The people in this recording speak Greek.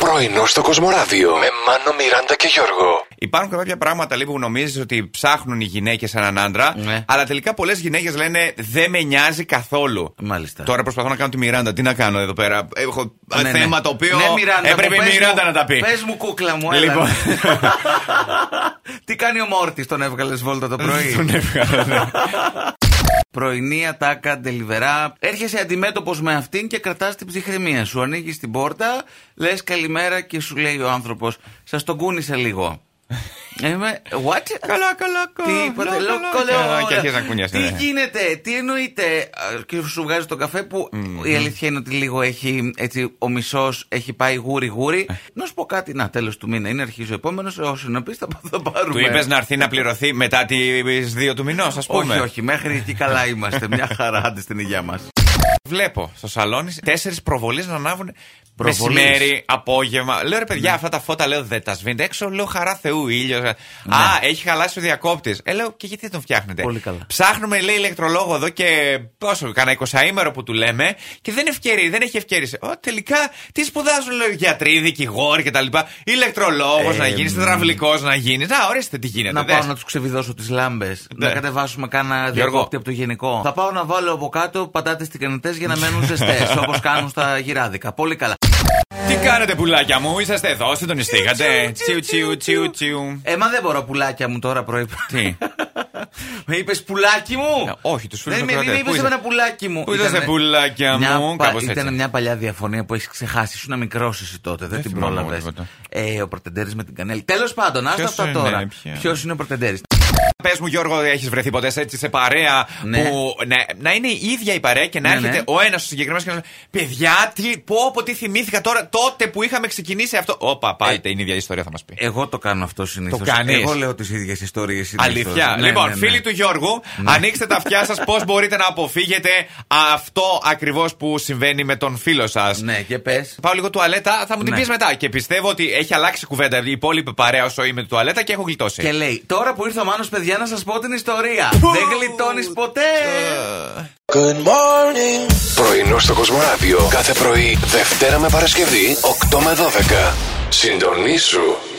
Πρωινό στο Κοσμοράδιο με Μάνο, Μιράντα και Γιώργο. Υπάρχουν κάποια πράγματα λίγο που νομίζεις ότι ψάχνουν οι γυναίκες έναν άντρα, Ναι. αλλά τελικά πολλές γυναίκες λένε Δεν με νοιάζει καθόλου. Μάλιστα. Τώρα προσπαθώ να κάνω τη Μιράντα. Τι να κάνω εδώ πέρα. Έχω Ναι, ναι. θέμα το οποίο Ναι, Μιράντα, έπρεπε μου, η πες Μιράντα μου, να τα πει. Πες μου, κούκλα μου, έλα. Λοιπόν. Τι κάνει ο Μόρτης, τον έβγαλες βόλτα το Τον πρωί. έβγαλα, ναι. Πρωινή ατάκα, ντελιβερά. Έρχεσαι αντιμέτωπος με αυτήν και κρατάς την ψυχραιμία σου. Ανοίγεις την πόρτα, λες καλημέρα και σου λέει ο άνθρωπος, Σας τον κούνησα λίγο. Είμαι, what? Καλά, καλά, καλά. Τίποτα. καλά, Λέω, καλά. «Κολέ, Και ωραία». αρχίζει να κουνιάσαι. ναι. Τι γίνεται, τι εννοείται. Α, Και σου βγάζει τον καφέ που η αλήθεια είναι ότι λίγο έχει. Έτσι, ο μισός έχει πάει γούρι-γούρι. Ε. να σου πω κάτι. Να, τέλος του μήνα είναι, αρχίζει ο επόμενος. Όσοι να πει, θα, θα πάρουμε. Του είπες να έρθει να πληρωθεί μετά τις 2 του μηνός, ας πούμε. Όχι, όχι, μέχρι εκεί καλά είμαστε. Μια χαρά, άντε στην υγεία μας. Βλέπω στο σαλόνι τέσσερις προβολές να ανάβουν. Προβολείς. Μεσημέρι, απόγευμα. Λέω ρε παιδιά, Ναι. αυτά τα φώτα λέω δεν τα σβήνετε έξω. Λέω χαρά Θεού, ήλιος. Α, έχει χαλάσει ο διακόπτης. Ε, λέω και γιατί δεν τον φτιάχνετε. Πολύ καλά. Ψάχνουμε, λέει, ηλεκτρολόγο εδώ και πόσο, κανένα 20 ημέρο που του λέμε και δεν ευκαιρεί, δεν έχει ευκαιρίσει. Ω, τελικά τι σπουδάζουν, λέω, γιατροί, δικηγόροι κτλ. Ηλεκτρολόγος Ε, να γίνει, μ. υδραυλικό να γίνει. Να, ορίστε τι γίνεται. Να δες. πάω να τους ξεβιδώσω τις λάμπες. Ναι. Να κατεβάσουμε κάνα διακόπτη από το γενικό. Θα πάω να βάλω από κάτω πατάτες τικανιτέ για να μένουν ζεστές. Όπως κάνουν στα γυράδικα. Πολύ καλά. Τι κάνετε, πουλάκια μου, είσαστε εδώ, συντονιστήκατε. Τσιου, τσιου, τσιου, τσιου. Ε, μα δεν μπορώ πουλάκια μου τώρα πρωί. Τι? με είπες πουλάκι μου! Ε, όχι, τους φίλους Δεν μου με κρατάτε. δεν Πού είπες ήταν? ένα πουλάκι μου. Πού ήταν Ήτανε- σε πουλάκια μια μου, πα- κάπως έτσι. Ήταν μια παλιά διαφωνία που έχεις ξεχάσει. Σου να μικρό εσύ τότε, δεν, Δεν την θυμάμαι πρόλαβες. τίποτα. Ε, ο Πρωτεντέρη με την κανέλη. Τέλος πάντων, άστα Ποιος αυτά είναι, τώρα. ποια- Ποιος είναι ο Πρωτεντέρη. Πες μου, Γιώργο, έχεις βρεθεί ποτέ σε- έτσι σε παρέα Ναι. που να, να είναι η ίδια η παρέα και να Ναι, έρχεται ναι. ο ένας ο συγκεκριμένος και να λέει Παιδιά, τι, πω, πω, τι θυμήθηκα τώρα, τότε που είχαμε ξεκινήσει αυτό. Όπα, πάλι Ε, είναι η ίδια ιστορία θα μας πει. Εγώ το κάνω αυτό συνήθως. Το κάνεις. Εγώ λέω τις ίδιες ιστορίες. Αλήθεια. Ναι, λοιπόν, φίλοι του Γιώργου, ανοίξτε τα αυτιά σας πώς μπορείτε να αποφύγετε αυτό ακριβώς που συμβαίνει με τον φίλο σας. Ναι, και πες. Πάω λίγο τουαλέτα, θα μου την Ναι. πεις μετά. Και πιστεύω ότι έχει αλλάξει κουβέντα η υπόλοιπη παρέα όσο είμαι τουαλέτα και έχω γλιτώσει. Και λέει, τώρα που ήρθε ο Μάνος παιδιά να σας πω την ιστορία. Ε. Πού! Ε. Δεν γλιτώνεις ποτέ. Πρωινό στο Κοσμοράδιο κάθε πρωί, Δευτέρα με Παρασκευή, 8 με 12. Συντονίσου